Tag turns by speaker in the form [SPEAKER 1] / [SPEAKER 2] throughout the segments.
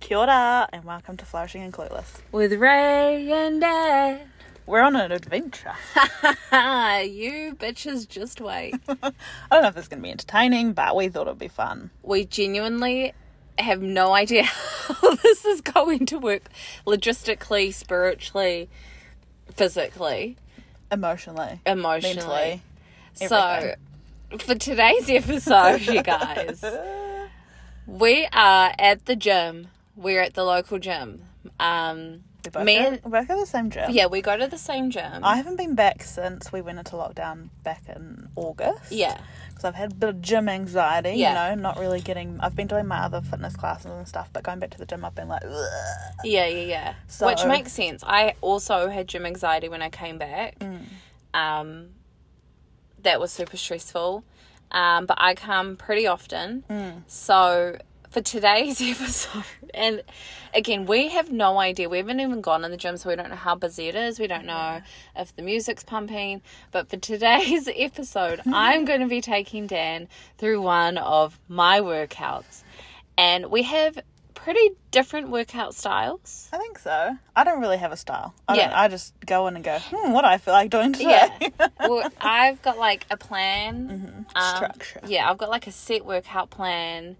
[SPEAKER 1] Kia ora, and welcome to Flourishing and Clueless.
[SPEAKER 2] with Ray and Dad.
[SPEAKER 1] We're on an adventure.
[SPEAKER 2] you bitches, just wait.
[SPEAKER 1] I don't know if this is going to be entertaining, but we thought it'd be fun.
[SPEAKER 2] we genuinely have no idea how this is going to work logistically, spiritually, physically,
[SPEAKER 1] Emotionally,
[SPEAKER 2] emotionally.
[SPEAKER 1] mentally.
[SPEAKER 2] So, for today's episode, you guys, we are at the gym. We're at the local gym. Um,
[SPEAKER 1] We both,
[SPEAKER 2] me
[SPEAKER 1] go,
[SPEAKER 2] and
[SPEAKER 1] we both go to the same gym.
[SPEAKER 2] yeah, we go to the same gym.
[SPEAKER 1] I haven't been back since we went into lockdown back in August.
[SPEAKER 2] yeah,
[SPEAKER 1] Because I've had a bit of gym anxiety,
[SPEAKER 2] Yeah.
[SPEAKER 1] you know, not really getting. I've been doing my other fitness classes and stuff, but going back to the gym, I've been like, "Ugh."
[SPEAKER 2] yeah, yeah, yeah.
[SPEAKER 1] So-
[SPEAKER 2] Which makes sense. I also had gym anxiety when I came back. Um, that was super stressful. Um, but I come pretty often. So for today's episode, and again, we have no idea. We haven't even gone in the gym, so we don't know how busy it is. We don't know if the music's pumping. But for today's episode, I'm going to be taking Dan through one of my workouts. And we have pretty different workout styles.
[SPEAKER 1] I think so. I don't really have a style. I don't,
[SPEAKER 2] Yeah.
[SPEAKER 1] I just go in and go, hmm, what do I feel like doing today?
[SPEAKER 2] Yeah. well, I've got like a plan. Um,
[SPEAKER 1] Structure.
[SPEAKER 2] Yeah, I've got like a set workout plan.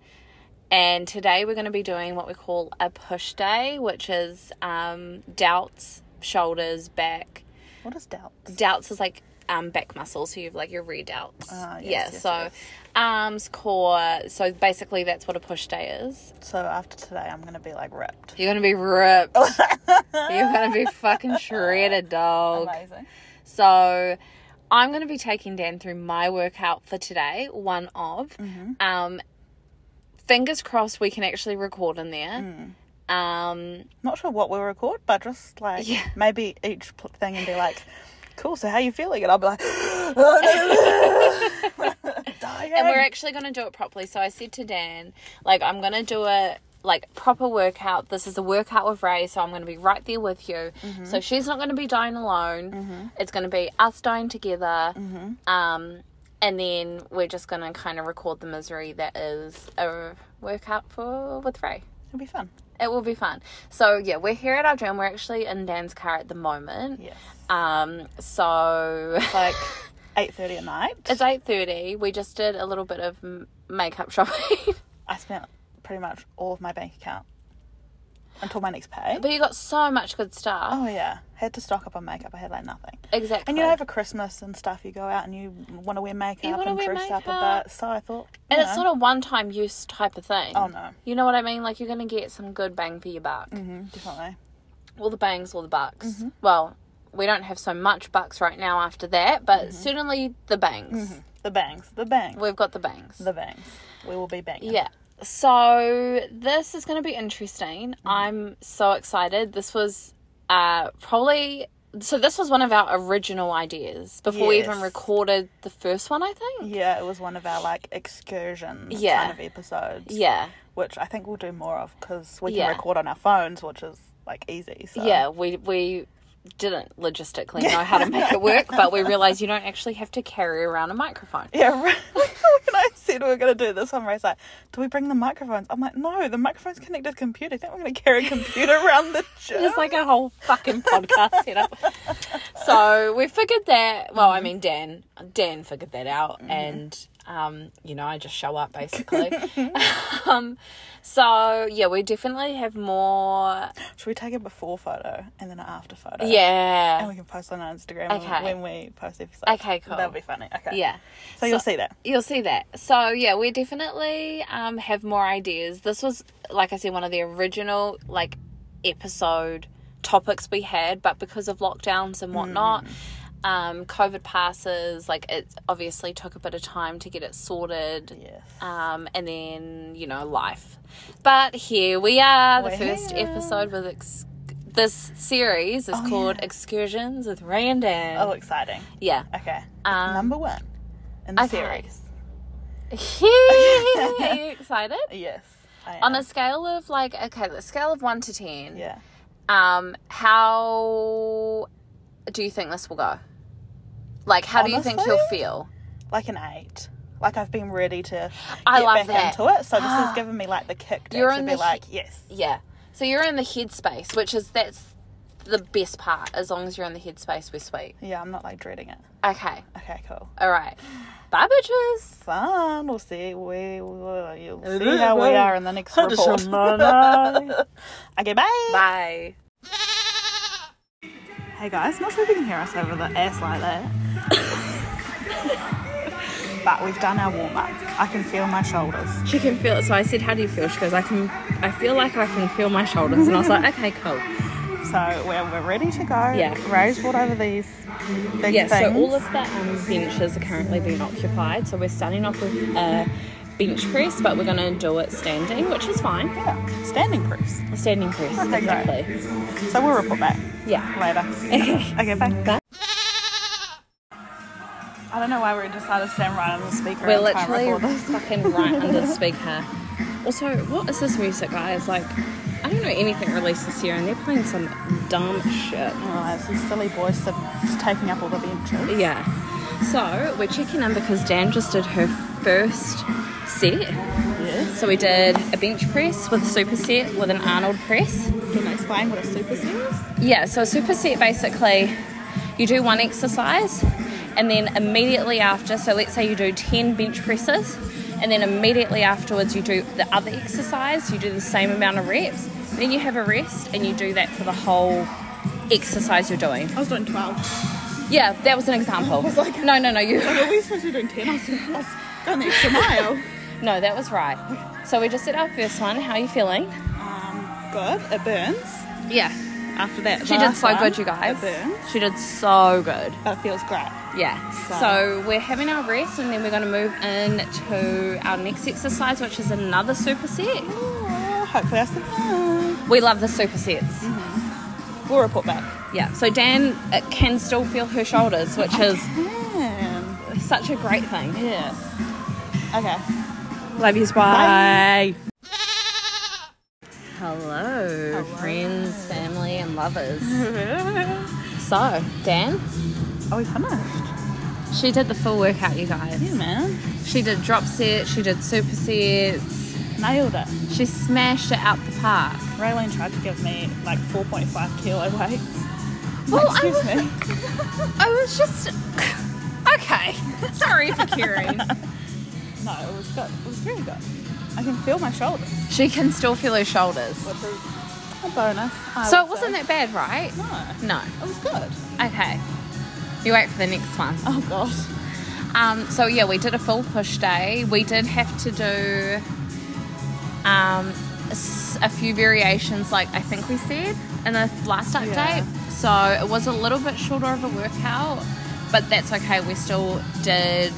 [SPEAKER 2] And today we're going to be doing what we call a push day, which is um, doubts, shoulders, back.
[SPEAKER 1] What is doubts?
[SPEAKER 2] Doubts is like um, back muscles, so you have like your rear doubts.
[SPEAKER 1] Ah, yes,
[SPEAKER 2] yeah,
[SPEAKER 1] yes,
[SPEAKER 2] so
[SPEAKER 1] yes.
[SPEAKER 2] arms, core. So basically, that's what a push day is.
[SPEAKER 1] So after today, I'm gonna be like ripped.
[SPEAKER 2] You're going to be ripped. You're going to be fucking shredded, dog.
[SPEAKER 1] Amazing.
[SPEAKER 2] So I'm going to be taking Dan through my workout for today, one of. Um, fingers crossed we can actually record in there. Um,
[SPEAKER 1] Not sure what we'll record, but just like
[SPEAKER 2] Yeah.
[SPEAKER 1] maybe each pl- thing and be like, cool. So how you feeling? And I'll be like, dying.
[SPEAKER 2] and we're actually going to do it properly. So I said to Dan, like, I'm going to do a like proper workout. This is a workout with Ray, so I'm going to be right there with you. So she's not going to be dying alone. It's going to be us dying together. Um, and then we're just going to kind of record the misery that is a workout for with Ray.
[SPEAKER 1] It'll be fun.
[SPEAKER 2] It will be fun. So yeah, we're here at our gym. We're actually in Dan's car at the moment.
[SPEAKER 1] Yes.
[SPEAKER 2] Um. So
[SPEAKER 1] Like eight thirty at night.
[SPEAKER 2] it's eight thirty. We just did a little bit of m- makeup shopping,
[SPEAKER 1] I spent pretty much all of my bank account until my next pay.
[SPEAKER 2] but you got so much good stuff.
[SPEAKER 1] Oh yeah, had to stock up on makeup. I had like nothing.
[SPEAKER 2] Exactly.
[SPEAKER 1] Oh. And you know, over Christmas and stuff, you go out and you want to wear makeup
[SPEAKER 2] wanna
[SPEAKER 1] and
[SPEAKER 2] wear
[SPEAKER 1] dress up a
[SPEAKER 2] makeup.
[SPEAKER 1] bit. So I thought, you
[SPEAKER 2] and
[SPEAKER 1] know.
[SPEAKER 2] it's not a one-time use type of thing.
[SPEAKER 1] Oh, no.
[SPEAKER 2] You know what I mean? Like you're gonna get some good bang for your buck.
[SPEAKER 1] Mhm, definitely.
[SPEAKER 2] All the bangs, all the bucks.
[SPEAKER 1] Mm-hmm.
[SPEAKER 2] Well, we don't have so much bucks right now after that, but
[SPEAKER 1] Mm-hmm.
[SPEAKER 2] certainly the bangs.
[SPEAKER 1] The bangs, the bangs,
[SPEAKER 2] We've got the bangs.
[SPEAKER 1] the bangs. We will be banging.
[SPEAKER 2] Yeah. So this is going to be interesting. I'm so excited. This was uh, probably so. This was one of our original ideas before we even
[SPEAKER 1] Yes.
[SPEAKER 2] recorded the first one. I think.
[SPEAKER 1] Yeah, it was one of our like excursion
[SPEAKER 2] Yeah.
[SPEAKER 1] kind of episodes.
[SPEAKER 2] Yeah.
[SPEAKER 1] Which I think we'll do more of because we can
[SPEAKER 2] Yeah.
[SPEAKER 1] record on our phones, which is like easy. So.
[SPEAKER 2] Yeah. We we didn't logistically know how to make it work, but we realized you don't actually have to carry around a microphone.
[SPEAKER 1] Yeah, right. when I said we were going to do this one, Ray's like, do we bring the microphones? I'm like, no, the microphone's connected to the computer. I think we're going to carry a computer around the gym.
[SPEAKER 2] It's like a whole fucking podcast setup. So we figured that. Well, I mean, Dan, Dan figured that out, and um, you know, I just show up basically. um, so yeah, we definitely have more.
[SPEAKER 1] Should we take a before photo and then an after photo? And
[SPEAKER 2] Yeah,
[SPEAKER 1] we can post on our Instagram when-
[SPEAKER 2] Okay.
[SPEAKER 1] when we post episodes.
[SPEAKER 2] Okay, cool.
[SPEAKER 1] That'll be funny. Okay.
[SPEAKER 2] yeah.
[SPEAKER 1] So, you'll see that.
[SPEAKER 2] You'll see that. So yeah, we definitely um, have more ideas. This was, like I said, one of the original like episode topics we had, but because of lockdowns and whatnot,
[SPEAKER 1] Mm.
[SPEAKER 2] um, COVID passes, like it obviously took a bit of time to get it sorted.
[SPEAKER 1] Yes.
[SPEAKER 2] Um, and then you know life, but here we are. The
[SPEAKER 1] We're
[SPEAKER 2] first
[SPEAKER 1] here.
[SPEAKER 2] episode with ex- this series is called Excursions with Ray and Dan.
[SPEAKER 1] Oh, exciting.
[SPEAKER 2] yeah.
[SPEAKER 1] Okay.
[SPEAKER 2] Um,
[SPEAKER 1] Number one in the
[SPEAKER 2] okay.
[SPEAKER 1] series.
[SPEAKER 2] Are you excited?
[SPEAKER 1] Yes. I am.
[SPEAKER 2] On a scale of like okay, the scale of one to ten,
[SPEAKER 1] Yeah.
[SPEAKER 2] um, how do you think this will go? Like, how do you think you'll
[SPEAKER 1] Honestly?
[SPEAKER 2] feel?
[SPEAKER 1] Like an eight. Like I've been ready to
[SPEAKER 2] I
[SPEAKER 1] get
[SPEAKER 2] love
[SPEAKER 1] back
[SPEAKER 2] that.
[SPEAKER 1] into it. So this has given me like the kick to
[SPEAKER 2] You're
[SPEAKER 1] actually
[SPEAKER 2] in
[SPEAKER 1] be
[SPEAKER 2] the-
[SPEAKER 1] like, yes.
[SPEAKER 2] Yeah, So you're in the headspace, which is that's the best part. As long as you're in the headspace, we're sweet.
[SPEAKER 1] Yeah, I'm not like dreading it.
[SPEAKER 2] Okay.
[SPEAKER 1] Okay, cool.
[SPEAKER 2] All right. Bye, bitches.
[SPEAKER 1] Fun. We'll see. We, will you'll see how we are in the next report. Okay, bye.
[SPEAKER 2] Bye.
[SPEAKER 1] Hey guys, not sure if you can hear us over the ass like that. but we've done our warm up. I can feel my shoulders.
[SPEAKER 2] She can feel it. So I said, "How do you feel?" She goes, "I can. I feel like I can feel my shoulders." And I was like, "Okay, cool."
[SPEAKER 1] So we're, we're ready to go.
[SPEAKER 2] Yeah.
[SPEAKER 1] Rose brought over these big
[SPEAKER 2] Yeah.
[SPEAKER 1] things.
[SPEAKER 2] So all of the um, benches are currently being occupied. So we're starting off with a bench press, but we're going to do it standing, which is fine.
[SPEAKER 1] yeah, standing proofs.
[SPEAKER 2] A standing press,
[SPEAKER 1] Okay, great.
[SPEAKER 2] exactly.
[SPEAKER 1] So we'll report back
[SPEAKER 2] Yeah.
[SPEAKER 1] later.
[SPEAKER 2] Okay.
[SPEAKER 1] Okay, bye.
[SPEAKER 2] Bye.
[SPEAKER 1] I don't know why we decided to stand right under the speaker.
[SPEAKER 2] We're
[SPEAKER 1] and try and
[SPEAKER 2] literally
[SPEAKER 1] record this.
[SPEAKER 2] fucking right under the speaker. Also, what is this music, guys? Like, I don't know anything released this year, and they're playing some dumb shit.
[SPEAKER 1] Oh, it's these silly boys that- just taking up all the benches.
[SPEAKER 2] Yeah. So we're checking in because Dan just did her first set.
[SPEAKER 1] Yes.
[SPEAKER 2] So we did a bench press with a superset with an Arnold press.
[SPEAKER 1] Can I explain what a super set is?
[SPEAKER 2] Yeah, so a superset basically you do one exercise and then immediately after, so let's say you do 10 bench presses and then immediately afterwards you do the other exercise, you do the same amount of reps, then you have a rest and you do that for the whole exercise you're doing.
[SPEAKER 1] I was doing 12.
[SPEAKER 2] Yeah, that was an example. No, no, no, you
[SPEAKER 1] Were we supposed to be doing 10? I was, I was going the extra mile.
[SPEAKER 2] No, that was right. So we just did our first one. How are you feeling?
[SPEAKER 1] Um, good. It burns.
[SPEAKER 2] Yeah.
[SPEAKER 1] After that,
[SPEAKER 2] She did
[SPEAKER 1] last
[SPEAKER 2] so
[SPEAKER 1] one,
[SPEAKER 2] good, you guys.
[SPEAKER 1] It burns.
[SPEAKER 2] She did so good.
[SPEAKER 1] But it feels great.
[SPEAKER 2] Yeah.
[SPEAKER 1] So-
[SPEAKER 2] So, we're having our rest and then we're going to move into our next exercise, which is another superset.
[SPEAKER 1] Oh, hopefully, I said, "Ah."
[SPEAKER 2] We love the supersets.
[SPEAKER 1] we'll report back.
[SPEAKER 2] Mm-hmm. Yeah. So Dan uh, can still feel her shoulders, which is
[SPEAKER 1] Hmm.
[SPEAKER 2] such a great thing.
[SPEAKER 1] Yes. Okay.
[SPEAKER 2] Love you,
[SPEAKER 1] Bye.
[SPEAKER 2] Hello, friends, family, and lovers. so, Dan,
[SPEAKER 1] Are Oh, we finished?
[SPEAKER 2] she did the full workout, you guys.
[SPEAKER 1] Yeah, man.
[SPEAKER 2] She did drop sets, she did super sets,
[SPEAKER 1] Nailed it.
[SPEAKER 2] she smashed it out the park.
[SPEAKER 1] Raylene tried to give me like 4.5 kilo weights.
[SPEAKER 2] Well, I
[SPEAKER 1] Excuse
[SPEAKER 2] was-
[SPEAKER 1] me.
[SPEAKER 2] I was just okay. Sorry for caring.
[SPEAKER 1] No, it was good. It was really good. I can feel my shoulders,
[SPEAKER 2] she can still feel her shoulders.
[SPEAKER 1] which is a bonus. I
[SPEAKER 2] So it
[SPEAKER 1] would
[SPEAKER 2] wasn't
[SPEAKER 1] say.
[SPEAKER 2] that bad, right?
[SPEAKER 1] No,
[SPEAKER 2] No.
[SPEAKER 1] it was good.
[SPEAKER 2] Okay. You wait for the next one.
[SPEAKER 1] Oh god.
[SPEAKER 2] Um, so yeah, we did a full push day. We did have to do um, s- a few variations, like I think we said in the last update.
[SPEAKER 1] Yeah.
[SPEAKER 2] So it was a little bit shorter of a workout, but that's okay. We still did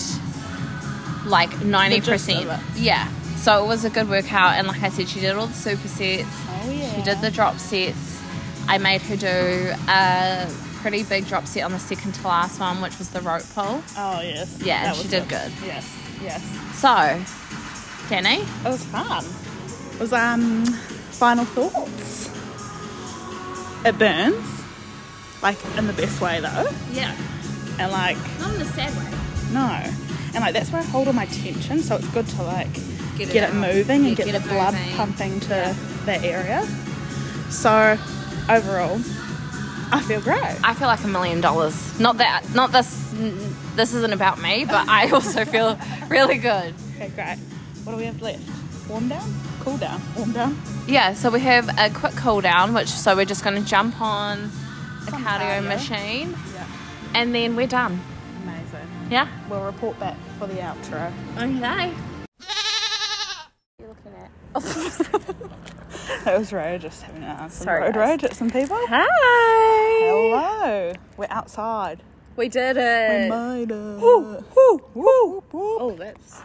[SPEAKER 2] like ninety percent.
[SPEAKER 1] it.
[SPEAKER 2] Yeah. So it was a good workout, and like I said, she did all the supersets.
[SPEAKER 1] Oh yeah.
[SPEAKER 2] She did the drop sets. I made her do a pretty big drop set on the second to last one, which was the rope pull.
[SPEAKER 1] Oh yes.
[SPEAKER 2] Yeah,
[SPEAKER 1] That
[SPEAKER 2] she
[SPEAKER 1] was
[SPEAKER 2] did good.
[SPEAKER 1] Yes. Yes.
[SPEAKER 2] So, Danny,
[SPEAKER 1] It was fun. It was um final thoughts. It burns. Like in the best way though.
[SPEAKER 2] Yeah,
[SPEAKER 1] And like
[SPEAKER 2] not in a sad way.
[SPEAKER 1] no. And like that's where I hold all my tension, so it's good to like
[SPEAKER 2] Get
[SPEAKER 1] get,
[SPEAKER 2] it
[SPEAKER 1] it
[SPEAKER 2] out.
[SPEAKER 1] moving
[SPEAKER 2] Yeah,
[SPEAKER 1] and get,
[SPEAKER 2] get
[SPEAKER 1] the
[SPEAKER 2] it
[SPEAKER 1] blood
[SPEAKER 2] moving.
[SPEAKER 1] pumping to that area. So overall, I feel great.
[SPEAKER 2] I feel like a million dollars. Not that, not this. n- This isn't about me, but I also feel really good.
[SPEAKER 1] Okay, great. What do we have left? Warm down? Cool down. Warm down.
[SPEAKER 2] Yeah, so we have a quick cool down, which so we're just going to jump on the
[SPEAKER 1] Some
[SPEAKER 2] cardio
[SPEAKER 1] cardio.
[SPEAKER 2] machine,
[SPEAKER 1] Yeah.
[SPEAKER 2] and then we're done.
[SPEAKER 1] Amazing.
[SPEAKER 2] Yeah.
[SPEAKER 1] We'll report back for the outro.
[SPEAKER 2] Okay. You're looking at.
[SPEAKER 1] That was Road just having an answer.
[SPEAKER 2] Sorry,
[SPEAKER 1] road
[SPEAKER 2] guys.
[SPEAKER 1] rage at some people.
[SPEAKER 2] Hi.
[SPEAKER 1] Hello. We're outside.
[SPEAKER 2] We did
[SPEAKER 1] We
[SPEAKER 2] it.
[SPEAKER 1] made it.
[SPEAKER 2] Woo,
[SPEAKER 1] woo, woo, woo.
[SPEAKER 2] Oh, that's.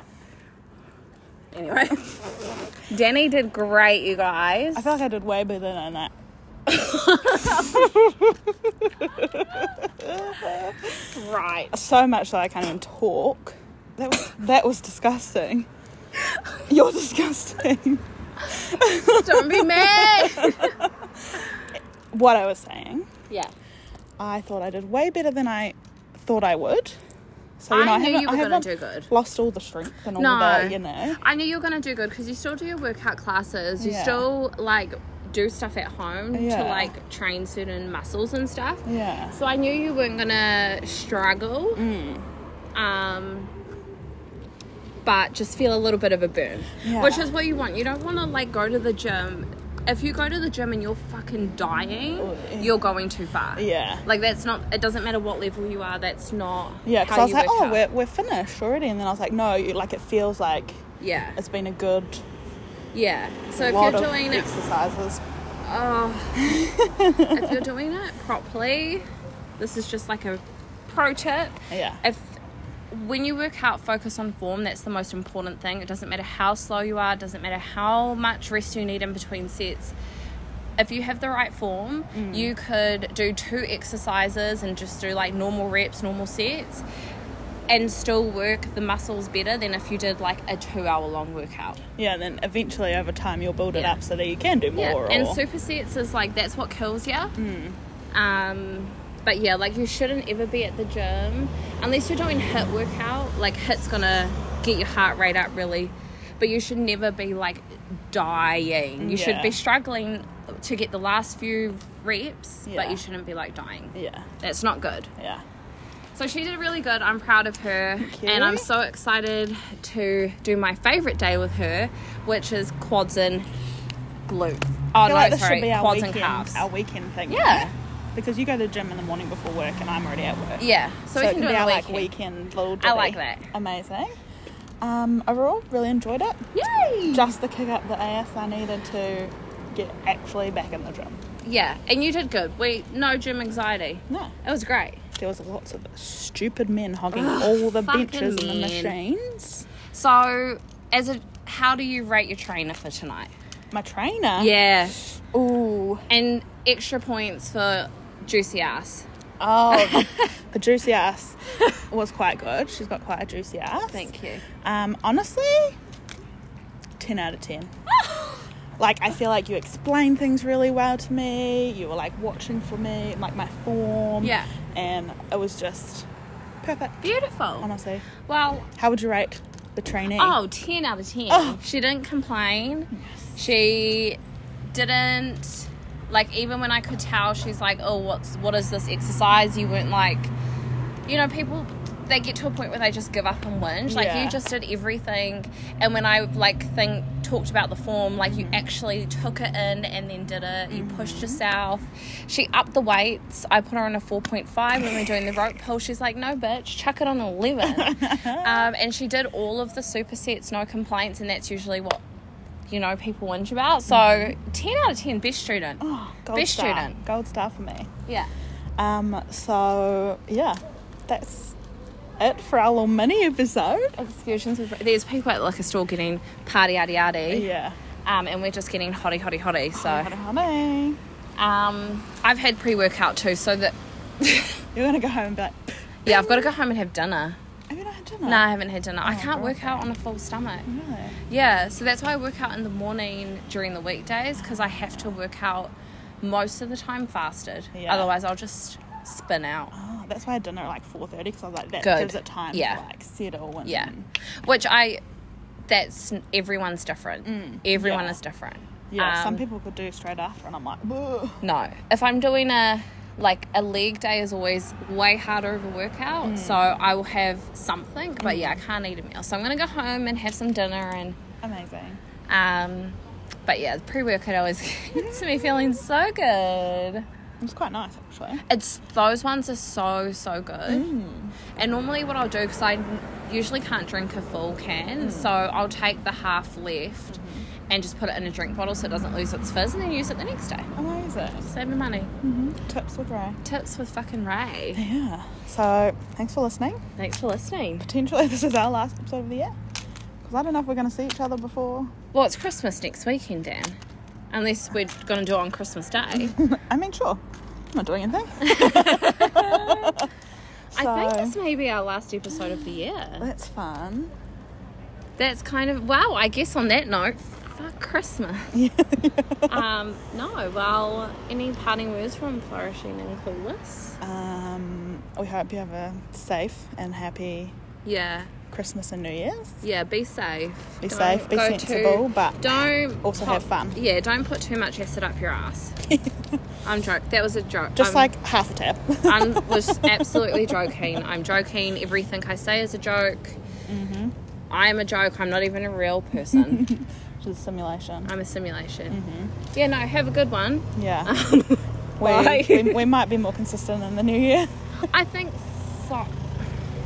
[SPEAKER 2] Anyway, Danny did great, you guys.
[SPEAKER 1] I feel like I did way better than that.
[SPEAKER 2] right.
[SPEAKER 1] So much that I can't even talk. That was that was disgusting. You're disgusting.
[SPEAKER 2] Don't be mad.
[SPEAKER 1] What I was saying,
[SPEAKER 2] yeah.
[SPEAKER 1] I thought I did way better than I thought I would. So
[SPEAKER 2] I knew
[SPEAKER 1] haven't-
[SPEAKER 2] you were gonna
[SPEAKER 1] haven't
[SPEAKER 2] do good.
[SPEAKER 1] Lost all the strength and all
[SPEAKER 2] No.
[SPEAKER 1] the you know.
[SPEAKER 2] I knew you were going to do good because you still do your workout classes. You
[SPEAKER 1] Yeah.
[SPEAKER 2] still, like, do stuff at home
[SPEAKER 1] Yeah.
[SPEAKER 2] to like train certain muscles and stuff.
[SPEAKER 1] Yeah.
[SPEAKER 2] So I knew you weren't gonna struggle.
[SPEAKER 1] Mm.
[SPEAKER 2] Um, but just feel a little bit of a burn,
[SPEAKER 1] Yeah.
[SPEAKER 2] which is what you want. You don't want to like go to the gym. If you go to the gym and you're fucking dying,
[SPEAKER 1] Oh, yeah.
[SPEAKER 2] you're going too far.
[SPEAKER 1] Yeah.
[SPEAKER 2] Like that's not. It doesn't matter what level you are. That's not.
[SPEAKER 1] Yeah, because
[SPEAKER 2] how
[SPEAKER 1] I was
[SPEAKER 2] you
[SPEAKER 1] like,
[SPEAKER 2] work
[SPEAKER 1] oh,
[SPEAKER 2] out."
[SPEAKER 1] we're, we're finished already. And then I was like, no, you, like it feels like
[SPEAKER 2] yeah,
[SPEAKER 1] it's been a good
[SPEAKER 2] yeah. So if
[SPEAKER 1] lot
[SPEAKER 2] you're
[SPEAKER 1] of
[SPEAKER 2] doing it,
[SPEAKER 1] exercises.
[SPEAKER 2] oh, if you're doing it properly, this is just like a pro tip.
[SPEAKER 1] Yeah.
[SPEAKER 2] if when you work out focus on form that's the most important thing it doesn't matter how slow you are it doesn't matter how much rest you need in between sets if you have the right form you could do two exercises and just do like normal reps normal sets and still work the muscles better than if you did like a two hour long workout
[SPEAKER 1] Yeah, and then eventually over time you'll build it
[SPEAKER 2] Yeah.
[SPEAKER 1] up so that you can do more.
[SPEAKER 2] yeah
[SPEAKER 1] Or,
[SPEAKER 2] and supersets is like that's what kills you
[SPEAKER 1] Hmm.
[SPEAKER 2] um but yeah like you shouldn't ever be at the gym unless you're doing hit workout like hit's gonna get your heart rate up really but you should never be like dying you should
[SPEAKER 1] Yeah.
[SPEAKER 2] be struggling to get the last few reps
[SPEAKER 1] Yeah.
[SPEAKER 2] but you shouldn't be like dying
[SPEAKER 1] yeah,
[SPEAKER 2] that's not good
[SPEAKER 1] yeah.
[SPEAKER 2] so she did really good. I'm proud of her.
[SPEAKER 1] you.
[SPEAKER 2] And I'm so excited to do my favorite day with her, which is quads and glutes. Oh,
[SPEAKER 1] I
[SPEAKER 2] no,
[SPEAKER 1] feel like this
[SPEAKER 2] sorry.
[SPEAKER 1] should be our
[SPEAKER 2] quads
[SPEAKER 1] weekend,
[SPEAKER 2] and calves.
[SPEAKER 1] our weekend thing.
[SPEAKER 2] Yeah.
[SPEAKER 1] Because you go to the gym in the morning before work and I'm already at work.
[SPEAKER 2] Yeah. So, we
[SPEAKER 1] it
[SPEAKER 2] can,
[SPEAKER 1] be
[SPEAKER 2] do it
[SPEAKER 1] our
[SPEAKER 2] on the
[SPEAKER 1] like
[SPEAKER 2] weekend.
[SPEAKER 1] weekend little
[SPEAKER 2] I like
[SPEAKER 1] ditty.
[SPEAKER 2] that.
[SPEAKER 1] Amazing. Um, overall, really enjoyed it.
[SPEAKER 2] Yay!
[SPEAKER 1] Just the kick up the ass I needed to get actually back in the gym.
[SPEAKER 2] yeah. And you did good. We No gym anxiety.
[SPEAKER 1] No.
[SPEAKER 2] It was great.
[SPEAKER 1] There was lots of stupid men hogging all the
[SPEAKER 2] fucking
[SPEAKER 1] benches and the
[SPEAKER 2] men.
[SPEAKER 1] machines.
[SPEAKER 2] So, as a, how do you rate your trainer for tonight?
[SPEAKER 1] My trainer.
[SPEAKER 2] Yeah.
[SPEAKER 1] Ooh.
[SPEAKER 2] And extra points for juicy ass.
[SPEAKER 1] Oh, the, the juicy ass was quite good. She's got quite a juicy ass.
[SPEAKER 2] Thank you.
[SPEAKER 1] Um, honestly, 10 out of 10. like, I feel like you explained things really well to me. You were like watching for me, and, like my form.
[SPEAKER 2] Yeah.
[SPEAKER 1] And it was just perfect,
[SPEAKER 2] Beautiful.
[SPEAKER 1] honestly.
[SPEAKER 2] Well,
[SPEAKER 1] How would you rate the trainee?
[SPEAKER 2] Oh, 10 out of 10.
[SPEAKER 1] Oh.
[SPEAKER 2] She didn't complain. She didn't like even when I could tell she's like, "Oh, what's what is this exercise?" You weren't like you know, people they get to a point where they just give up and whinge. Like
[SPEAKER 1] Yeah.
[SPEAKER 2] you just did everything and when I like think talked about the form, like
[SPEAKER 1] Mm-hmm.
[SPEAKER 2] you actually took it in and then did it. You pushed yourself. She upped the weights. I put her on a 4.5 when we were doing the rope pull. She's like, "No, bitch, chuck it on 11." um, and she did all of the supersets, no complaints, and that's usually what you know people whinge about. So ten out of ten, best student.
[SPEAKER 1] Oh, gold
[SPEAKER 2] Best
[SPEAKER 1] star.
[SPEAKER 2] student.
[SPEAKER 1] Gold star for me.
[SPEAKER 2] Yeah,
[SPEAKER 1] Um, so, yeah, that's it for our little mini episode.
[SPEAKER 2] excursions. With, there's people at the liquor store getting party yaddy yaddy,
[SPEAKER 1] Yeah.
[SPEAKER 2] um, and we're just getting hotty hotty hotty. So
[SPEAKER 1] Honey.
[SPEAKER 2] um, I've had pre workout too, so that
[SPEAKER 1] You're going to go home and be like,
[SPEAKER 2] yeah, I've got to go home and have dinner.
[SPEAKER 1] have you not had dinner?
[SPEAKER 2] No, I haven't had dinner. I can't
[SPEAKER 1] Oh, well,
[SPEAKER 2] work out on a full stomach.
[SPEAKER 1] Really?
[SPEAKER 2] Yeah, so that's why I work out in the morning during the weekdays because I have to work out most of the time fasted.
[SPEAKER 1] Yeah.
[SPEAKER 2] Otherwise, I'll just spin out.
[SPEAKER 1] Oh, that's why I had dinner at like four thirty because I was like that
[SPEAKER 2] Good.
[SPEAKER 1] gives it time
[SPEAKER 2] Yeah.
[SPEAKER 1] to like settle and
[SPEAKER 2] Yeah. Which I, that's everyone's different. Everyone
[SPEAKER 1] Mm. Yeah.
[SPEAKER 2] is different.
[SPEAKER 1] yeah. some
[SPEAKER 2] Um,
[SPEAKER 1] people could do straight after, and I'm like, "Ugh."
[SPEAKER 2] No. If I'm doing a, like a leg day is always way harder of a workout.
[SPEAKER 1] Mm.
[SPEAKER 2] So I will have something, but yeah, I can't eat a meal. So I'm going to go home and have some dinner and,
[SPEAKER 1] amazing.
[SPEAKER 2] um, but yeah, pre workout always gets me feeling so good.
[SPEAKER 1] It was quite nice actually.
[SPEAKER 2] It's those ones are so so good. And normally what I'll do because I usually can't drink a full can, so I'll take the half left and just put it in a drink bottle so it doesn't lose its fizz, and then use it the next day.
[SPEAKER 1] Amazing.
[SPEAKER 2] Save me money.
[SPEAKER 1] Tips with Ray.
[SPEAKER 2] Tips with fucking Ray.
[SPEAKER 1] Yeah. So thanks for listening.
[SPEAKER 2] Thanks for listening.
[SPEAKER 1] Potentially this is our last episode of the year because I don't know if we're going to see each other before.
[SPEAKER 2] Well, it's Christmas next weekend, Dan. Unless we're gonna do it on Christmas Day.
[SPEAKER 1] I mean, sure. I'm not doing anything.
[SPEAKER 2] I
[SPEAKER 1] So-
[SPEAKER 2] think this may be our last episode of the year.
[SPEAKER 1] That's fun.
[SPEAKER 2] That's kind of wow. I guess on that note, fuck Christmas. um, no, well, any parting words from Flourishing and Clueless?
[SPEAKER 1] Um, we hope you have a safe and happy
[SPEAKER 2] Yeah.
[SPEAKER 1] Christmas and New Year's.
[SPEAKER 2] Yeah, be safe.
[SPEAKER 1] Be safe, be
[SPEAKER 2] go
[SPEAKER 1] sensible,
[SPEAKER 2] too-
[SPEAKER 1] but
[SPEAKER 2] don't
[SPEAKER 1] also have fun.
[SPEAKER 2] Yeah, don't put too much acid up your ass. I'm joke. That was a joke.
[SPEAKER 1] Just
[SPEAKER 2] I'm-
[SPEAKER 1] like half a tap.
[SPEAKER 2] I was absolutely joking. I'm joking. Everything I say is a joke.
[SPEAKER 1] Mm-hmm.
[SPEAKER 2] I'm a joke. I'm not even a real person.
[SPEAKER 1] Just simulation.
[SPEAKER 2] I'm a simulation.
[SPEAKER 1] Mm-hmm.
[SPEAKER 2] Yeah, no, have a good one.
[SPEAKER 1] Yeah.
[SPEAKER 2] Bye.
[SPEAKER 1] we, we, we might be more consistent in the new year.
[SPEAKER 2] I think so.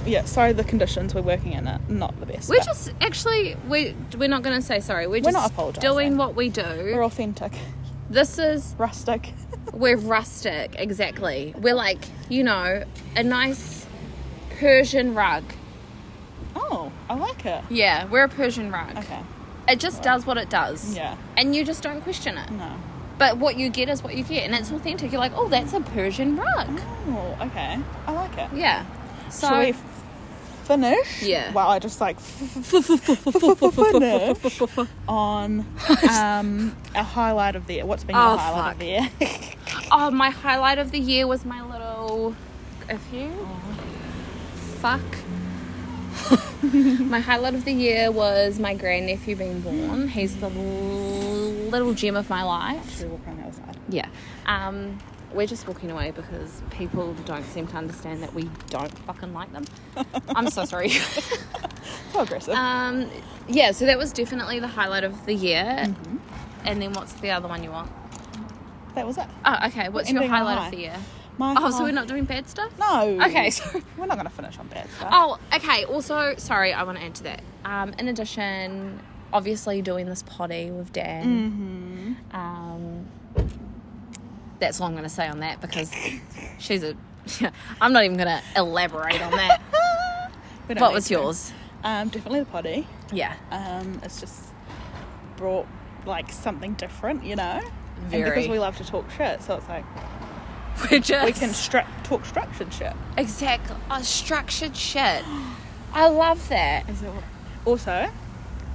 [SPEAKER 1] Yeah, sorry, the conditions we're working in are not the best.
[SPEAKER 2] We're
[SPEAKER 1] but
[SPEAKER 2] just actually we we're not gonna say sorry. We're,
[SPEAKER 1] We're
[SPEAKER 2] just
[SPEAKER 1] not apologising.
[SPEAKER 2] doing what we do.
[SPEAKER 1] we're authentic,
[SPEAKER 2] this is
[SPEAKER 1] rustic.
[SPEAKER 2] we're rustic exactly. We're like you know a nice Persian rug.
[SPEAKER 1] Oh, I like it.
[SPEAKER 2] Yeah, we're a Persian rug.
[SPEAKER 1] Okay.
[SPEAKER 2] It just does what it does.
[SPEAKER 1] Yeah.
[SPEAKER 2] And you just don't question it.
[SPEAKER 1] No.
[SPEAKER 2] But what you get is what you get, and it's authentic. You're like, oh, that's a Persian rug.
[SPEAKER 1] Oh, okay. I like it.
[SPEAKER 2] Yeah. So
[SPEAKER 1] Shall we f- finish?
[SPEAKER 2] Yeah.
[SPEAKER 1] Wow, I just like f- f- finish on um, a highlight of the year. What's been your
[SPEAKER 2] Oh,
[SPEAKER 1] highlight of
[SPEAKER 2] fuck.
[SPEAKER 1] the year?
[SPEAKER 2] oh, my highlight of the year was my little. If you. Fuck. my highlight of the year was my grandnephew being born. He's the l- little gem of my life.
[SPEAKER 1] Should we walk around the other side?
[SPEAKER 2] Yeah. Um, we're just walking away because people don't seem to understand that we don't fucking like them. I'm so sorry.
[SPEAKER 1] So aggressive.
[SPEAKER 2] Um, yeah, so that was definitely the highlight of the year.
[SPEAKER 1] Mm-hmm.
[SPEAKER 2] And then what's the other one you want?
[SPEAKER 1] that was it.
[SPEAKER 2] Oh, okay. What's your
[SPEAKER 1] Ending
[SPEAKER 2] highlight
[SPEAKER 1] high.
[SPEAKER 2] of the year?
[SPEAKER 1] My
[SPEAKER 2] Oh, so
[SPEAKER 1] high-
[SPEAKER 2] we're not doing bad stuff?
[SPEAKER 1] No.
[SPEAKER 2] Okay, sorry.
[SPEAKER 1] We're not going to finish on bad stuff.
[SPEAKER 2] Oh, okay. Also, sorry, I want to add to that. Um, in addition, obviously doing this potty with Dan.
[SPEAKER 1] Mm-hmm.
[SPEAKER 2] Um, that's all I'm going to say on that because she's a. I'm not even going to elaborate on that.
[SPEAKER 1] We don't
[SPEAKER 2] Oh. what
[SPEAKER 1] need
[SPEAKER 2] was
[SPEAKER 1] to.
[SPEAKER 2] yours?
[SPEAKER 1] Um, definitely the potty.
[SPEAKER 2] Yeah.
[SPEAKER 1] Um, it's just brought like something different, you know. And
[SPEAKER 2] Very.
[SPEAKER 1] because we love to talk shit, so it's like
[SPEAKER 2] We're just.
[SPEAKER 1] we can stra- talk structured shit.
[SPEAKER 2] Exactly. Oh, structured shit. I love that.
[SPEAKER 1] Is it also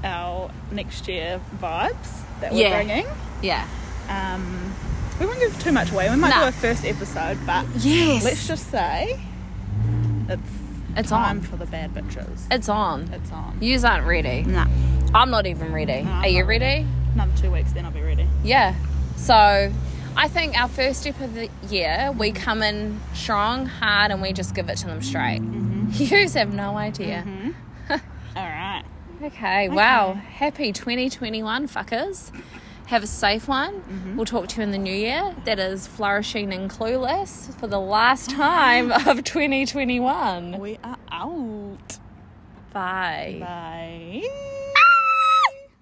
[SPEAKER 1] our next year vibes that we're
[SPEAKER 2] Yeah.
[SPEAKER 1] bringing?
[SPEAKER 2] Yeah.
[SPEAKER 1] Um, we won't give too much away. We might
[SPEAKER 2] Nah.
[SPEAKER 1] do a first episode, but
[SPEAKER 2] Yes.
[SPEAKER 1] let's just say it's
[SPEAKER 2] it's
[SPEAKER 1] time
[SPEAKER 2] on.
[SPEAKER 1] for the bad bitches.
[SPEAKER 2] It's on.
[SPEAKER 1] It's on.
[SPEAKER 2] Yous aren't ready.
[SPEAKER 1] Nah,
[SPEAKER 2] I'm not even ready.
[SPEAKER 1] No, I'm
[SPEAKER 2] Are you
[SPEAKER 1] not ready.
[SPEAKER 2] ready?
[SPEAKER 1] another two weeks, then I'll be ready.
[SPEAKER 2] Yeah. So I think our first step of the year, we come in strong, hard, and we just give it to them straight. Yous have no idea.
[SPEAKER 1] All right.
[SPEAKER 2] Mm-hmm. Okay, wow. Happy 2021, fuckers. Have a safe one. We'll talk to you in the new year. That is flourishing and clueless for the last time of 2021.
[SPEAKER 1] We are out.
[SPEAKER 2] Bye.
[SPEAKER 1] Bye.